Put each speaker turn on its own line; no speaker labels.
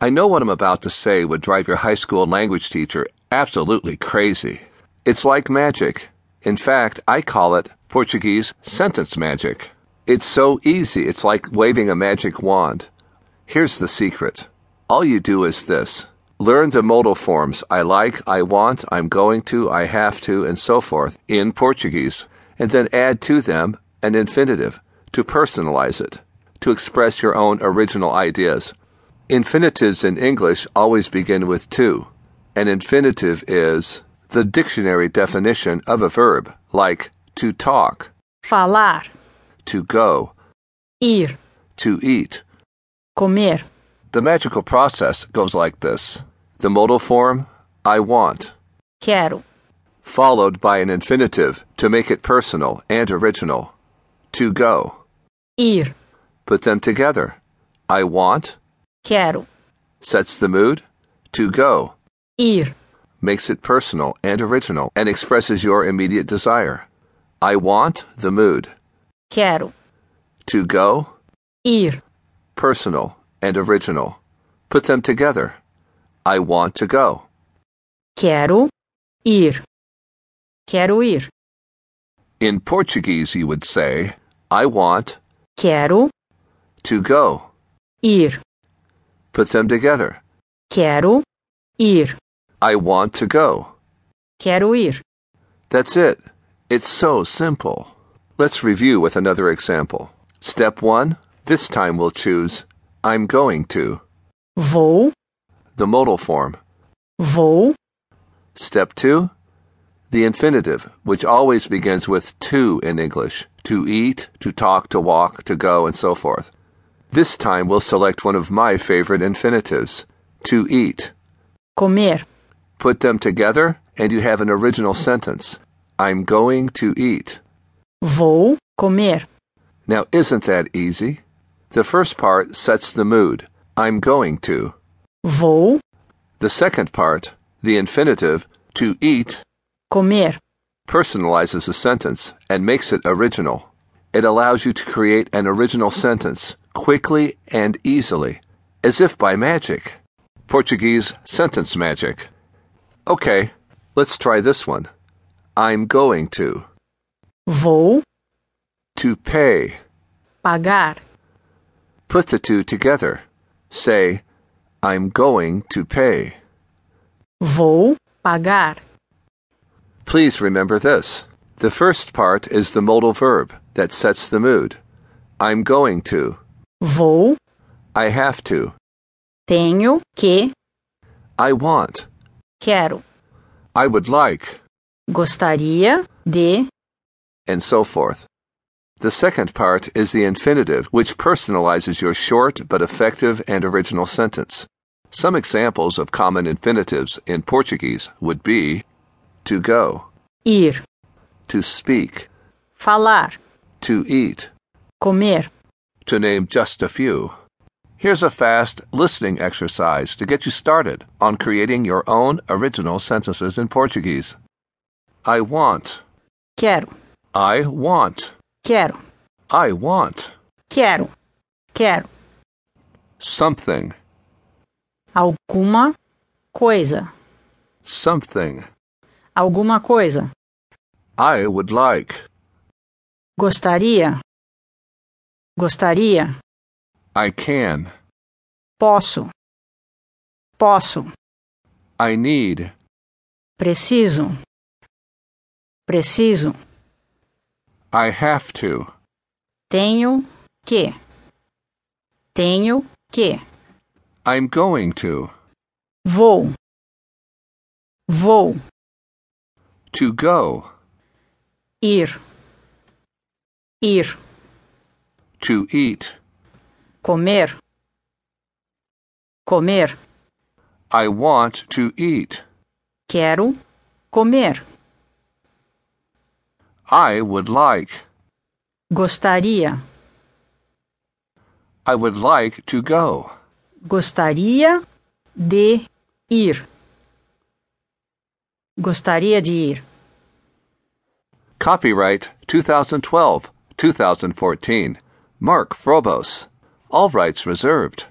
I know what I'm about to say would drive your high school language teacher absolutely crazy. It's like magic. In fact, I call it Portuguese sentence magic. It's so easy, it's like waving a magic wand. Here's the secret all you do is this learn the modal forms I like, I want, I'm going to, I have to, and so forth in Portuguese, and then add to them an infinitive to personalize it, to express your own original ideas. Infinitives in English always begin with to. An infinitive is the dictionary definition of a verb, like to talk,
falar,
to go,
ir,
to eat.
comer,
The magical process goes like this the modal form, I want,
quero,
followed by an infinitive to make it personal and original, to go.
ir,
Put them together. I want
quero,
sets the mood, to go
ir,
makes it personal and original and expresses your immediate desire. I want the mood.
quero,
To go,
ir,
personal and original. Put them together. I want to go.
quero, ir, quero ir,
In Portuguese, you would say, I want
quero,
to go.
ir,
Put them together.
quero, ir,
I want to go.
quero ir,
That's it. It's so simple. Let's review with another example. Step one, this time we'll choose I'm going to,
vou,
the modal form.
vou,
Step two, the infinitive, which always begins with to in English to eat, to talk, to walk, to go, and so forth. This time we'll select one of my favorite infinitives to eat.
comer,
Put them together, and you have an original sentence I'm going to eat.
vou, comer,
Now, isn't that easy? The first part sets the mood I'm going to.
vou,
The second part, the infinitive, to eat,
comer,
personalizes the sentence and makes it original. It allows you to create an original sentence quickly and easily, as if by magic. Portuguese sentence magic. Okay, let's try this one. I'm going to.
vou,
To pay.
pagar,
Put the two together. Say, I'm going to pay.
vou, pagar,
Please remember this. The first part is the modal verb that sets the mood. I'm going to.
vou,
I have to.
tenho que,
I want.
quero,
I would like.
gostaria de,
And so forth. The second part is the infinitive, which personalizes your short but effective and original sentence. Some examples of common infinitives in Portuguese would be to go,
ir,
to speak,
falar,
to eat,
comer,
to name just a few. Here's a fast listening exercise to get you started on creating your own original sentences in Portuguese. I want.
quero,
I want.
quero,
I want
quero, quero,
something.
alguma coisa,
Something.
alguma coisa,
I would like.
gostaria, gostaria,
I can.
posso, posso,
I need.
preciso, preciso,
I have to.
tenho que, tenho que,
I'm going to.
vou, vou,
To go.
ir, ir,
To eat.
comer, comer.
I want to eat.
Quero comer.
I would like.
Gostaria.
I would like to go.
Gostaria de ir. Gostaria de ir.
Copyright 2012 2014. Mark Frobos. All rights reserved.